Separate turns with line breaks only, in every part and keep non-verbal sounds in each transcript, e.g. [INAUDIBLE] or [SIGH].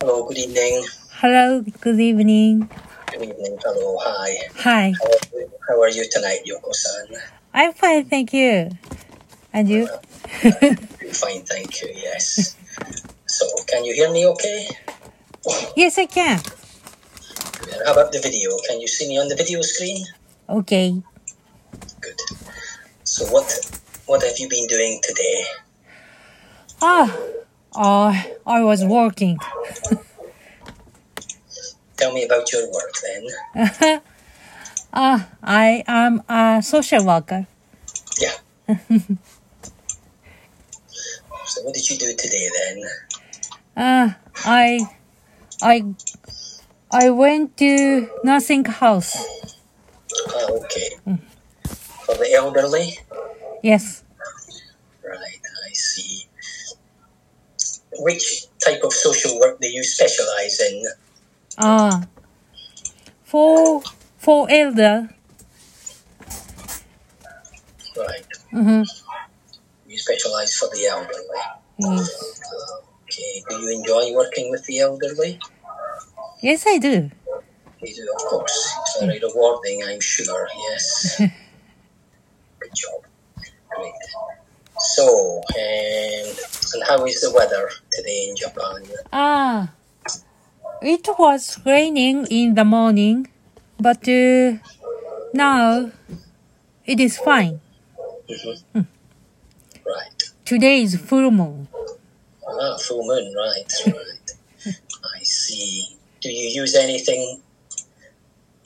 Hello, good evening.
Hello, good evening.
Good evening. Hello, hi.
Hi.
How are you, how are you tonight, Yoko-san?
I'm fine, thank you. And you? [LAUGHS]
I'm fine, thank you. Yes. so, can you hear me okay?
Yes, I can.
And How about the video? Can you see me on the video screen?
Okay.
Good. So, what what have you been doing today?
Ah, ah, I was working. [LAUGHS]
Tell me about your work then.
Ah, I am a social worker.
Yeah. so, what did you do today then?
Ah, I, I, I went to nursing house.
Ah, okay. For the elderly?
Yes.
Right, I see. Which type of social work do you specialize in?
Ah, for for elder.
Right.
Mm-hmm.
You specialize for the elderly.
Yes.
Okay. Do you enjoy working with the elderly?
Yes, I do.
You do, of course. It's very rewarding, I'm sure. Yes. Good job. Great. So, and, and how is the weather today in Japan?
Ah, it was raining in the morning, but uh, now it is fine.
hmm Right.
Today is full moon.
Ah, full moon,
[LAUGHS]
right, right. I see. Do you use anything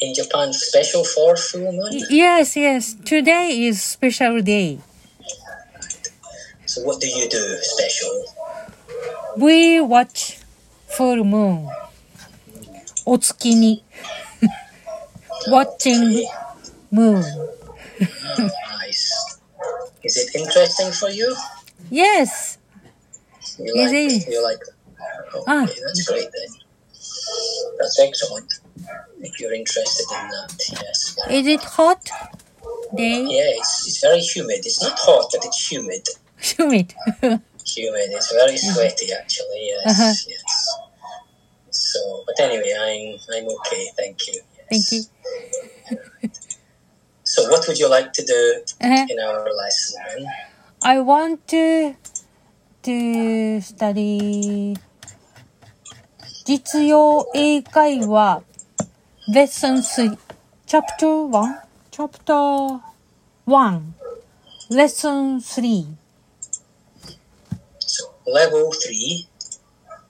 in Japan special for full moon?
Y- yes, yes, today is special day.
So, what do you do special?
We watch full moon. お月見 [LAUGHS] watching moon.
Nice. Is it interesting for you?
Yes,
You
It
like
is.
you like Oh, okay,
Ah.
that's great then. That's excellent. If you're interested in that, yes.
is it hot day? [LAUGHS]
Yeah, it's, it's very humid. It's not hot, but it's humid.
[LAUGHS] Humid.
Humid. It's very sweaty actually, yes,
Uh-huh.
yes. So but anyway I'm I'm okay, thank you.
Thank you.
Yes. So what would you like to do
Uh-huh.
in our lesson then?
I want to to study 実用英会話 Lesson 3 Chapter 1 Chapter 1 Lesson 3
So level three,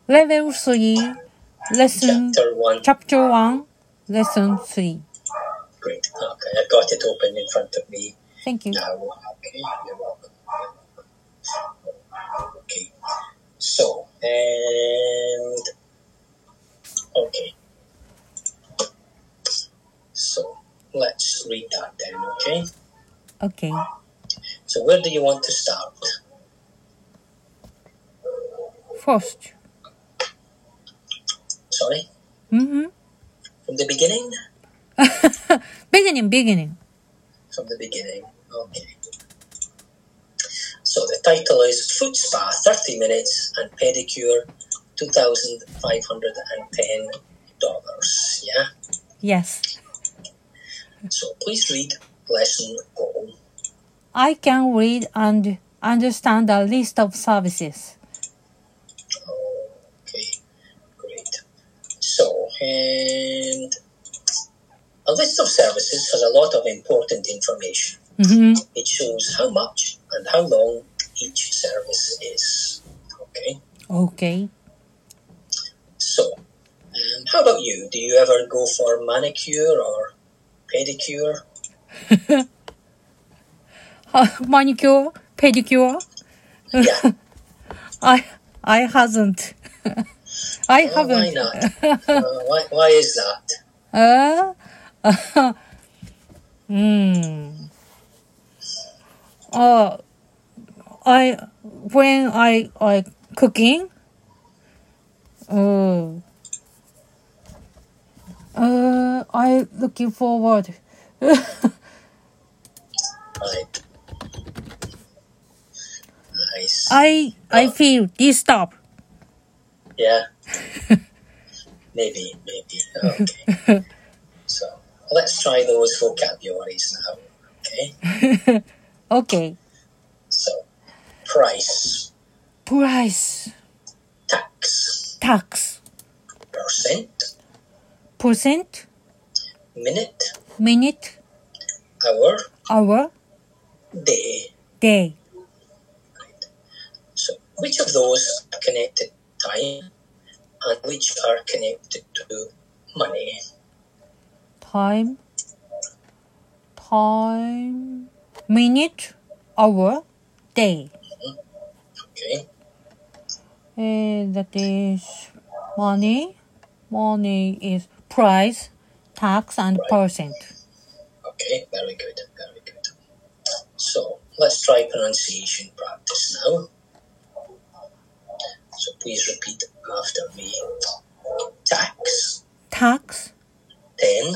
Level 3 Lesson
chapter one.
Chapter 1 Lesson 3
Great. Okay, I got it open in front of me.
Thank you.
Now, okay, you're welcome. Okay, so, and, okay, so let's read that then, okay?
Okay.
So, where do you want to start?
First.
Sorry,
Mm-hmm. [LAUGHS]
from the beginning?
beginning, beginning.
From the beginning, okay. So, the title is Foot Spa 30 Minutes and Pedicure $2,510. Yeah?
Yes.
So please read lesson all.
I can read and understand a list of services.
Okay, great. So, and a list of services has a lot of important information.
Mm-hmm.
It shows how much and how long each service is. Okay,
Okay.
so um, how about you? Do you ever go for manicure or pedicure?
Uh, manicure, pedicure.
Yeah,
I I hasn't. [LAUGHS] I
well, why
haven't.
not? Uh, why, why is that?
Uh, [LAUGHS] hmm. Uh, I when I I cooking. Uh, uh, I looking forward. [LAUGHS]
Right. Nice.
Uh, I I feel disturbed.
Yeah. Maybe, maybe. Okay. so let's try those vocabularies now. Okay.
[LAUGHS] Okay.
So price,
Price,
tax,
tax,
percent,
percent,
minute,
minute,
hour,
hour,
day.
day.
So which of those are connected to time and which are connected to money?
time time minute hour day
Okay.
Eh, that is money money is price tax and percent
Okay, very good, very good. So let's try pronunciation practice now. So please repeat after me. Tax,
tax
then,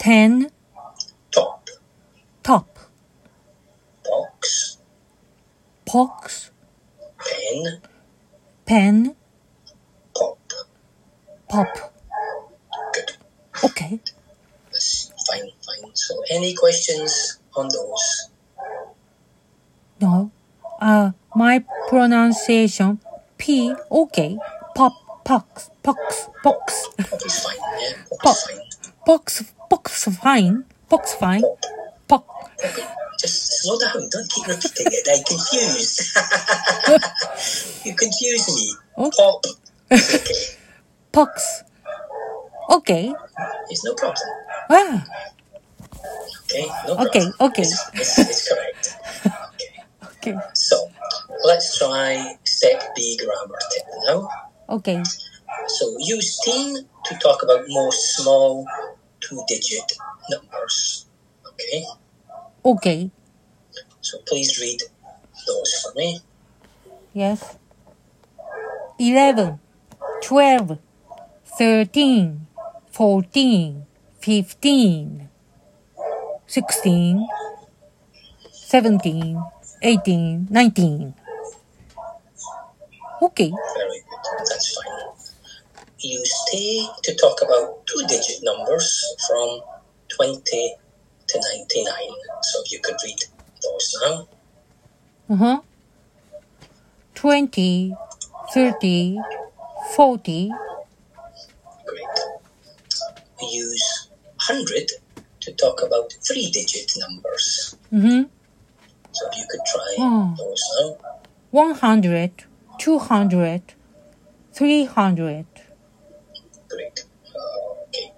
10
top,
top
box,
box
pen,
pen
pop.
pop
Good.
okay
That's fine, fine. So any questions on those?
no uh my pronunciation p okay pop pox pox pox
Pop is fine, yeah? Pop,
Pop.
is fine.
box box fine box fine
Pop.
pop
Just slow down. Don't keep repeating it. I'm confused. [LAUGHS] you confuse me.
Okay.
Pop. It's okay.
box okay
It's no problem.
ah
Okay. No problem.
okay okay
It's, it's, it's correct.
okay
So let's try step B grammar tip now.
okay
So use teen to talk about more small two-digit numbers. Okay.
okay
So please read those for me.
yes 11 12 13 14 15 16 17 18 19 okay
Very good. That's fine. You stay to talk about two digit numbers from 20 to 99. So if you could read those now.
Uh-huh. 20, 30, 40,
Great. Use 100 to talk about three digit numbers.
mhm,
So if you could try
Hmm.
those now.
100, 200, 300.
Great. Okay.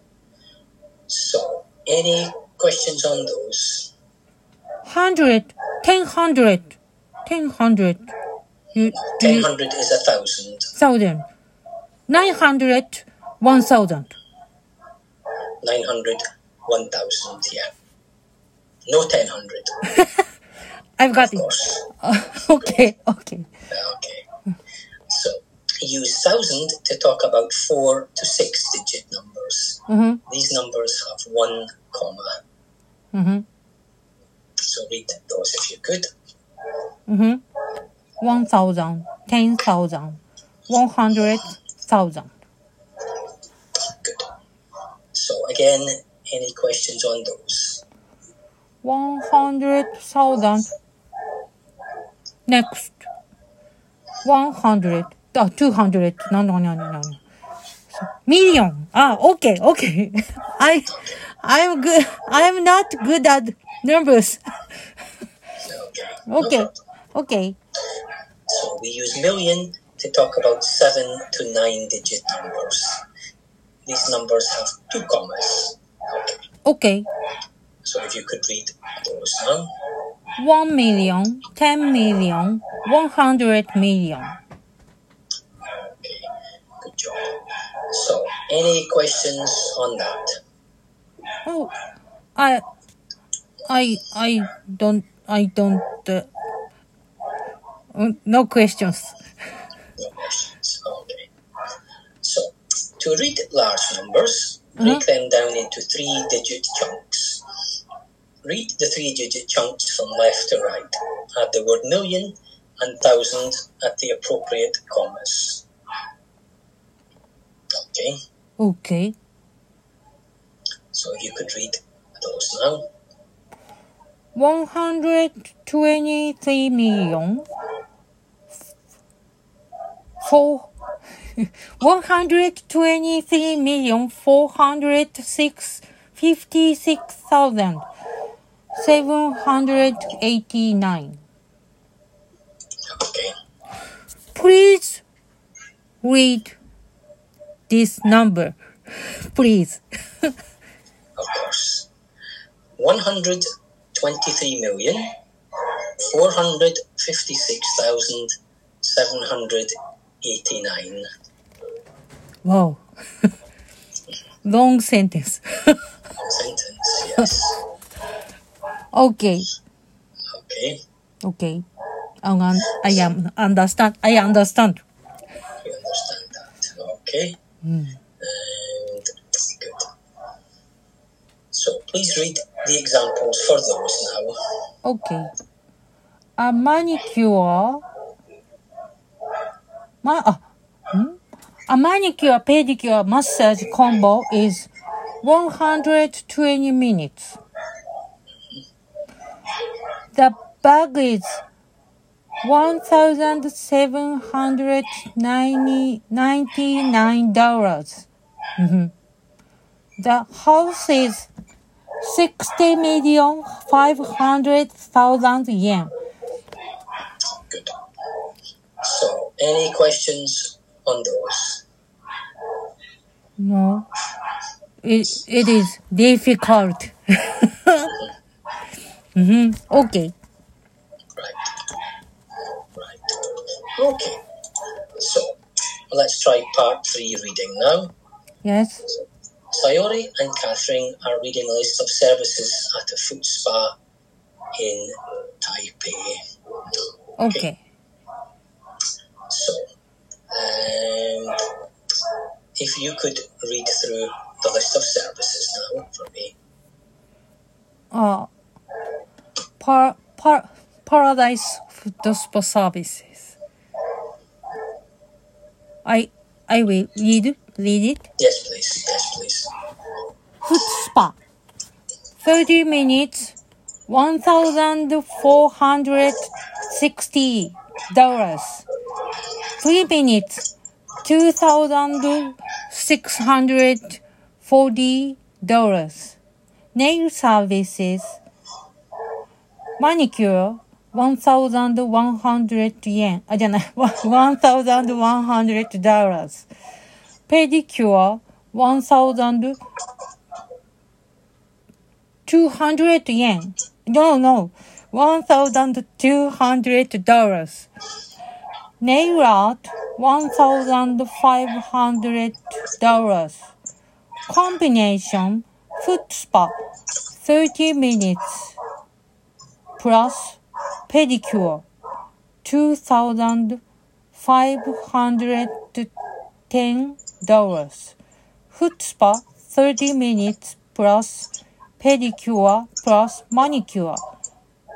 So, any questions on those?
100, 10 hundred, 10 hundred. You, do you,
1000 is a thousand.
thousand. 900, 1000.
900, 1000, yeah. No 1000.
I've got
Of
it. [LAUGHS]
course. Uh,
okay, okay.
Okay. So use thousand to talk about four to six digit numbers.
Mhm,
These numbers have one comma.
mhm,
So read those if you could.
mhm. 1000, 10,000, 100,000.
Good. So again, any questions on those?
100,000. Next. 100. Ah, 200. No, no, no, no, no. no. So, million. Ah, okay, okay. [LAUGHS] I, I'm good. I'm not good at numbers. [LAUGHS]
Okay. no
Okay,
problem.
okay.
So we use million to talk about seven to nine digit numbers. These numbers have two commas. Okay.
Okay.
So if you could read those now.
1 million, 10 million, 100 million.
Okay, good job. So, any questions on that?
Oh, I, I, I don't, I don't, uh, uh, no questions.
No questions. Okay. So, to read large numbers, break them down into three digit chunks. Read the three digit chunks from left to right. Add the word million and thousand at the appropriate commas. Okay,
Okay.
so you could read those now.
123 million. Four. [LAUGHS] 123 million 456,789.
Okay,
Please read this number. Please. [LAUGHS]
of course. One hundred twenty-three million four hundred fifty-six thousand seven hundred eighty-nine.
Wow. [LAUGHS] Long sentence. [LAUGHS]
Sentence, yes.
okay.
Okay,
Okay. Um, un- I am understand. I understand.
you understand that. Okay.
Hmm.
And good. So please read the examples for those now.
Okay. A manicure. Ma- ah, hmm? A manicure pedicure massage combo is 120 minutes. The bag is 1799 dollars. Mm-hmm. The house is 60 million 500,000 yen.
Good. So, any questions on those?
No. It, it is difficult. [LAUGHS] hmm Okay.
Right. Right. Okay. So, let's try part three reading now.
Yes.
Sayori and Catherine are reading a list of services at a foot spa in Taipei.
Okay.
So, and if you could read through the list of services now for me.
Uh, par, par, paradise food spa services. I, I will read, read it.
Yes, please. Yes, please.
foot spa. 30 minutes, 1,460 dollars. 3 minutes, 2,640 dollars. Nail services, manicure, 1,100 yen. Ah, あ、じゃない、1,100 dollars. Pedicure, 1,000 200 yen. No, no. $1,200. Nail art, $1,500. Combination, foot spa, 30 minutes. Plus, pedicure, $2,510 foot spa 30 minutes plus pedicure plus manicure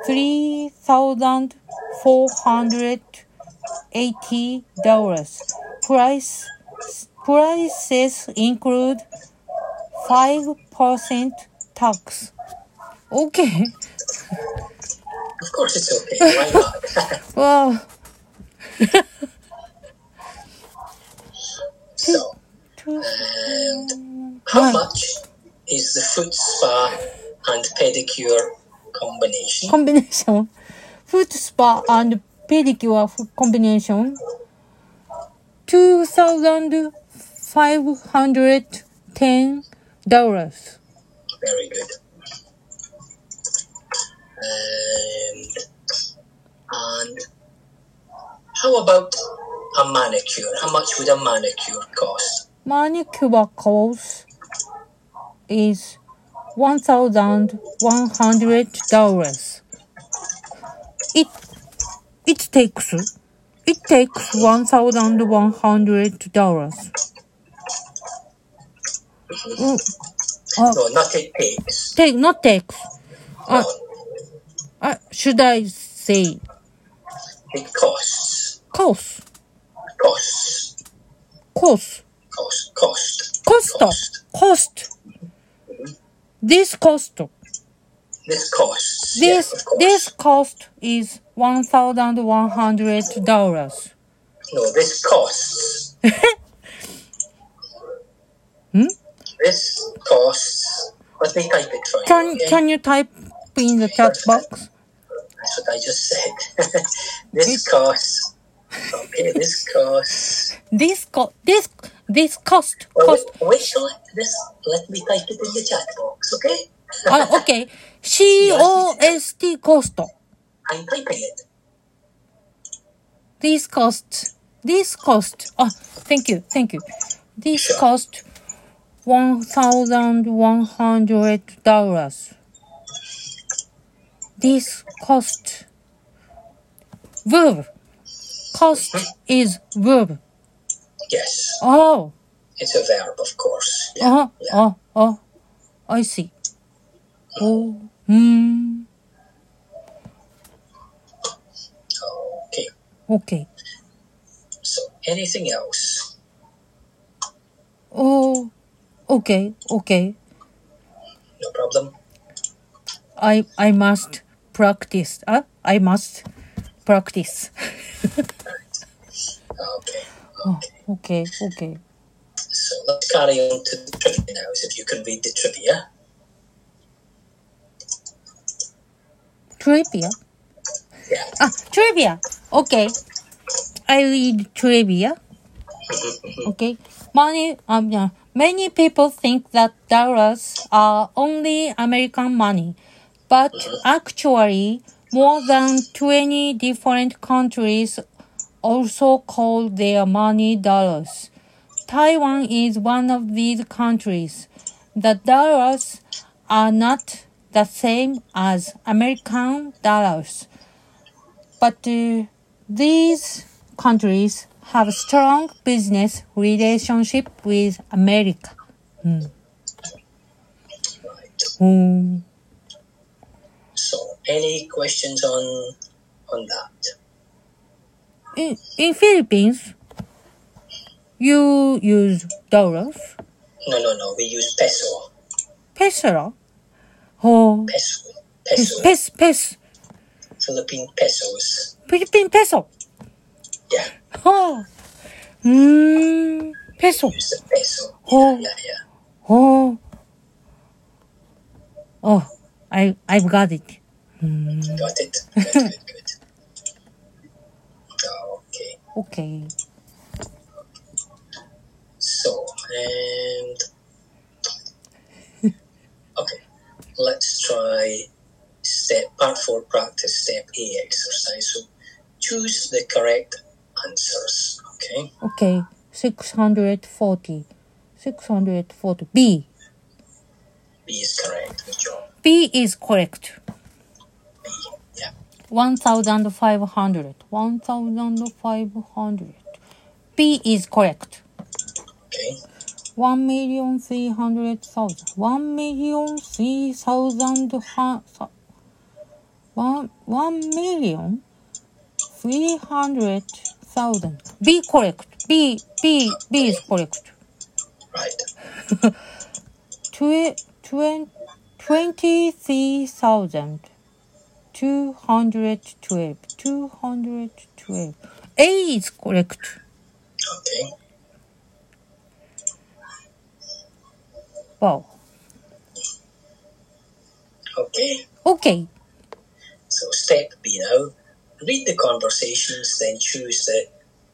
3480 dollars price prices include 5% tax okay
Of course, it's okay. Why not?
well
so,
two,
And how much is the foot spa and pedicure combination?
[LAUGHS] combination foot spa and pedicure f- combination 2510 dollars
Very good. And, and how about a manicure? How much would a manicure cost?
manicure cost is 1100 dollars it it takes it takes 1100 dollars Mm. Oh.
No, not it takes.
take not takes uh,
No,
uh, should i say
it costs.
cost
Costs.
course.
cost, cost,
cost, cost. This cost,
This costs. yeah,
this
of course.
this cost is one thousand one hundred dollars.
No, this costs.
[LAUGHS] Hmm?
This costs. Let me type it for you.
Can
okay?
can you type in the chat box?
That's what I just said. [LAUGHS] this costs. Okay, this costs.
This co- this this cost
Well,
cost.
wait, wait till I- this. Let me type it in the chat box, okay?
Ah, okay. C O S T cost.
I'm typing it.
This cost. This cost. Oh, thank you, thank you. This cost one thousand one hundred dollars. This cost. Verb. Cost is verb.
Yes,
Oh,
it's a verb, of course. Yeah,
oh,
yeah.
oh, oh. I see. Oh, hmm.
Okay.
Okay.
So, anything else?
Oh, okay, okay.
No problem.
I I must practice. Uh, I must practice. [LAUGHS]
Okay.
Oh, okay, okay.
So let's carry on to the trivia now. So if you can read the trivia,
Trivia.
yeah.
Ah, trivia. Okay. I read trivia. Okay. Money. Um, yeah. Many people think that dollars are only American money, but actually, more than twenty different countries also call their money dollars. Taiwan is one of these countries. The dollars are not the same as American dollars. But uh, these countries have strong business relationship with America. Hmm. Mm.
So, any questions on on that?
In, in Philippines, you use dollars,
No, no, no. We use peso,
peso, oh,
peso, peso,
peso, peso,
Philippine pesos.
Philippine peso,
Yeah,
oh, mm, peso,
use the peso.
oh.
Yeah, yeah.
Oh. Oh, I I've got it.
Got it. Good, good, good. Okay.
Okay.
So, and [LAUGHS] okay, let's try step part four practice step A exercise. So, choose the correct answers. Okay,
Okay. 640. 640. B.
B is correct. Good job.
B is correct.
B, yeah,
1500. 1500. B is correct.
okay,
1,300,000. 1,300,000. ha- sa- one- 1,300,000. Be correct. Be, be, be is correct.
right.
Twe- twen- 23,000. 212. 212. A is correct.
Okay,
Wow.
okay.
Okay.
So, step B now. Read the conversations, then choose the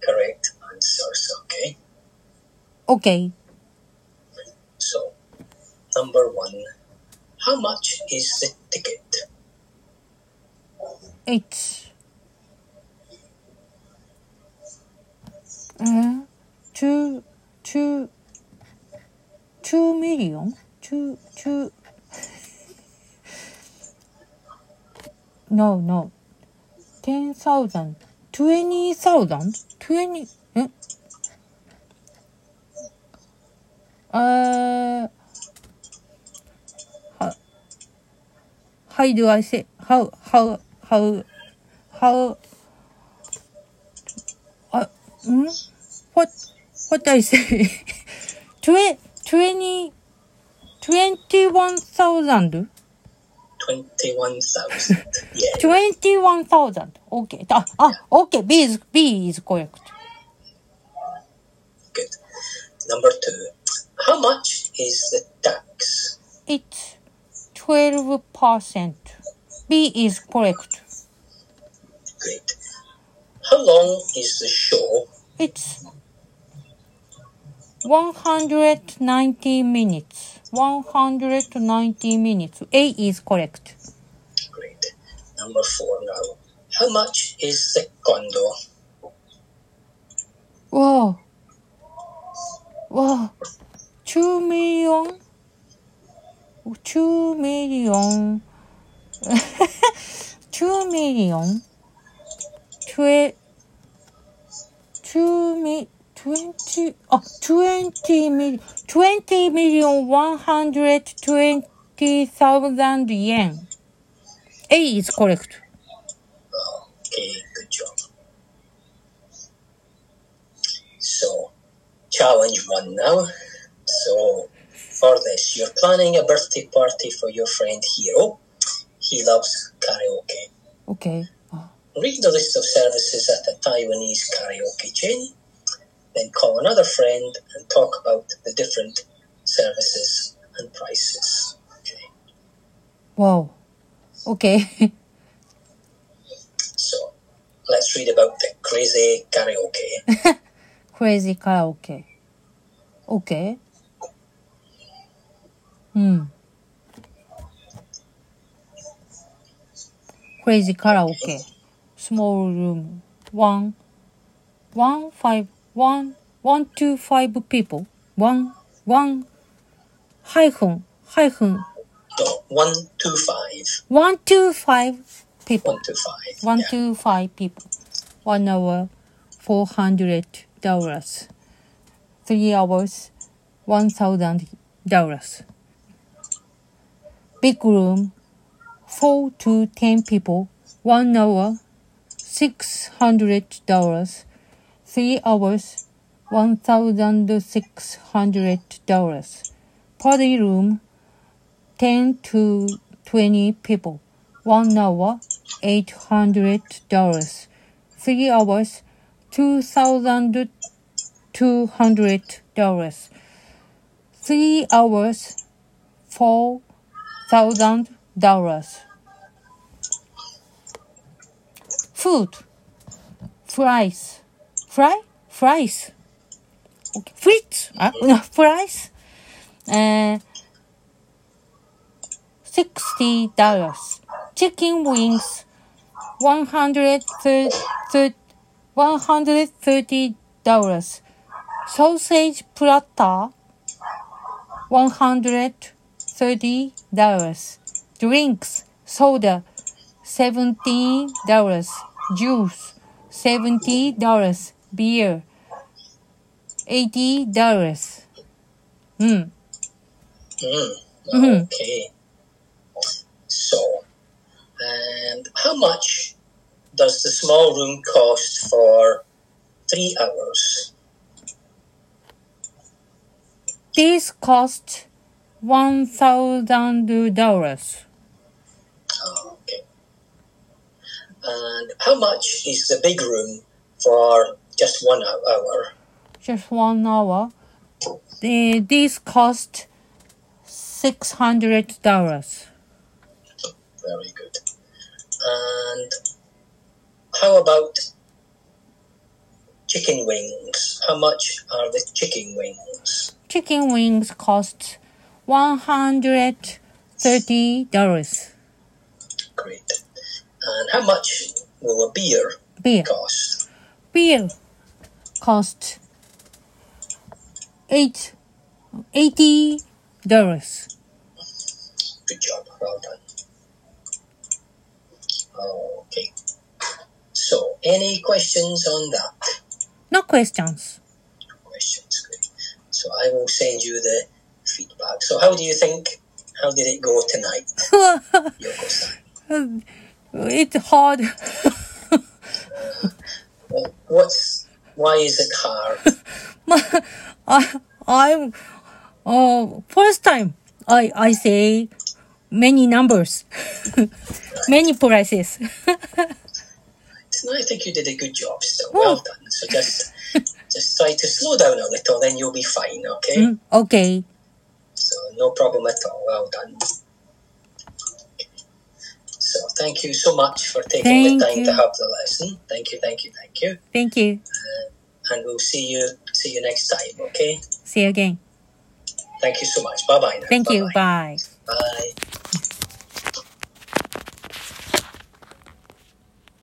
correct answers. Okay.
Okay.
So, number one, how much is the ticket?
It's uh, two, two, two million, two, two. No, no, ten thousand, twenty thousand, twenty. Eh? Uh, how, how do I say how how how how hmm? uh, mm? what what I say [LAUGHS] twe- twenty, twenty-one thousand?
21,000. [LAUGHS] yeah.
21,000. Okay. あ、あ、okay. B is, B is correct.
Good. Number two. How much is the tax?
It's 12%. B is correct.
Great. How long is the show?
It's 190 minutes. 190 minutes. A is correct.
Great. Number four now. How much is the condo?
Wow. Wow. 2 million. 2 million. [LAUGHS] 2 million. Twe- 2 mi- 20, oh, 20 million, 20 million 120,000 yen. A is correct.
Okay, good job. So, challenge one now. So, for this, you're planning a birthday party for your friend Hiro. He loves karaoke.
Okay.
Read the list of services at a Taiwanese karaoke chain, then call another friend and talk about the different services and prices. Okay.
Wow. Okay. [LAUGHS]
So, let's read about the crazy karaoke.
Crazy karaoke. Okay. Hmm. Crazy karaoke. Small room. One, one, five, one, one, two, five people. One, one, hyphen, hyphen,
no, one, two, five.
one, two, five people.
One, two, five.
One
Yeah.
to five people. One hour, four hundred dollars. Three hours, one thousand dollars. Big room, four to ten people. One hour, six hundred dollars. Three hours, one thousand six hundred dollars. Party room, 10 to 20 people. One hour, $800. Three hours, $2,200. Three hours, $4,000. Food, fries, fry, fries, okay. fries, ah, [LAUGHS] no, fries, uh, sixty dollars. Chicken wings, one hundred thirty dollars. Sausage platter, one hundred thirty dollars. Drinks, soda, seventeen dollars. Juice, seventy dollars. Beer, eighty dollars. Hmm.
Mm,
Mhm.
Okay. So, and how much does the small room cost for three hours?
This cost one thousand dollars.
Oh, okay. And how much is the big room for just one hou- hour?
Just one hour. The this cost six hundred dollars.
Very good. And how about chicken wings? How much are the chicken wings?
Chicken wings cost one hundred thirty dollars.
Great. And how much will a beer
Beer
cost?
beer cost eight eighty dollars.
Good job. Well done. Okay. So, any questions on that?
No questions.
Questions. Great. So, I will send you the feedback. So, how do you think? How did it go tonight, Yoko-san?
it's hard. [LAUGHS]
Well, What's why is it hard?
I, I'm Uh, first time, I, I say many numbers, [LAUGHS] many prices. [LAUGHS]
So I think you did a good job. So well done. So just just try to slow down a little, then you'll be fine. Okay.
Mm, okay.
So no problem at all. Well done. So thank you so much for taking
Thank
the time
you.
to have the lesson. Thank you, thank you, thank you.
Thank you.
And we'll see you see you next time. Okay.
See you again.
Thank you so much. Bye bye.
Thank you.
Bye.
Bye.
Bye.